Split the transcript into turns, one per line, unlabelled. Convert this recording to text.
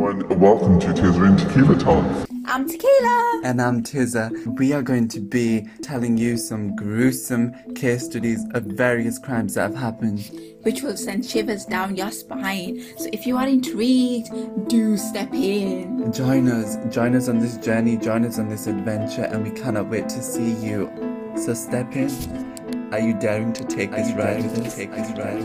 Everyone, welcome to Teaser and Tequila Talks.
I'm Tequila.
And I'm Tiza. We are going to be telling you some gruesome case studies of various crimes that have happened.
Which will send shivers down your spine. So if you are intrigued, do step in.
Join us, join us on this journey, join us on this adventure, and we cannot wait to see you. So step in. Are you daring to take this ride with us? Take this ride with us?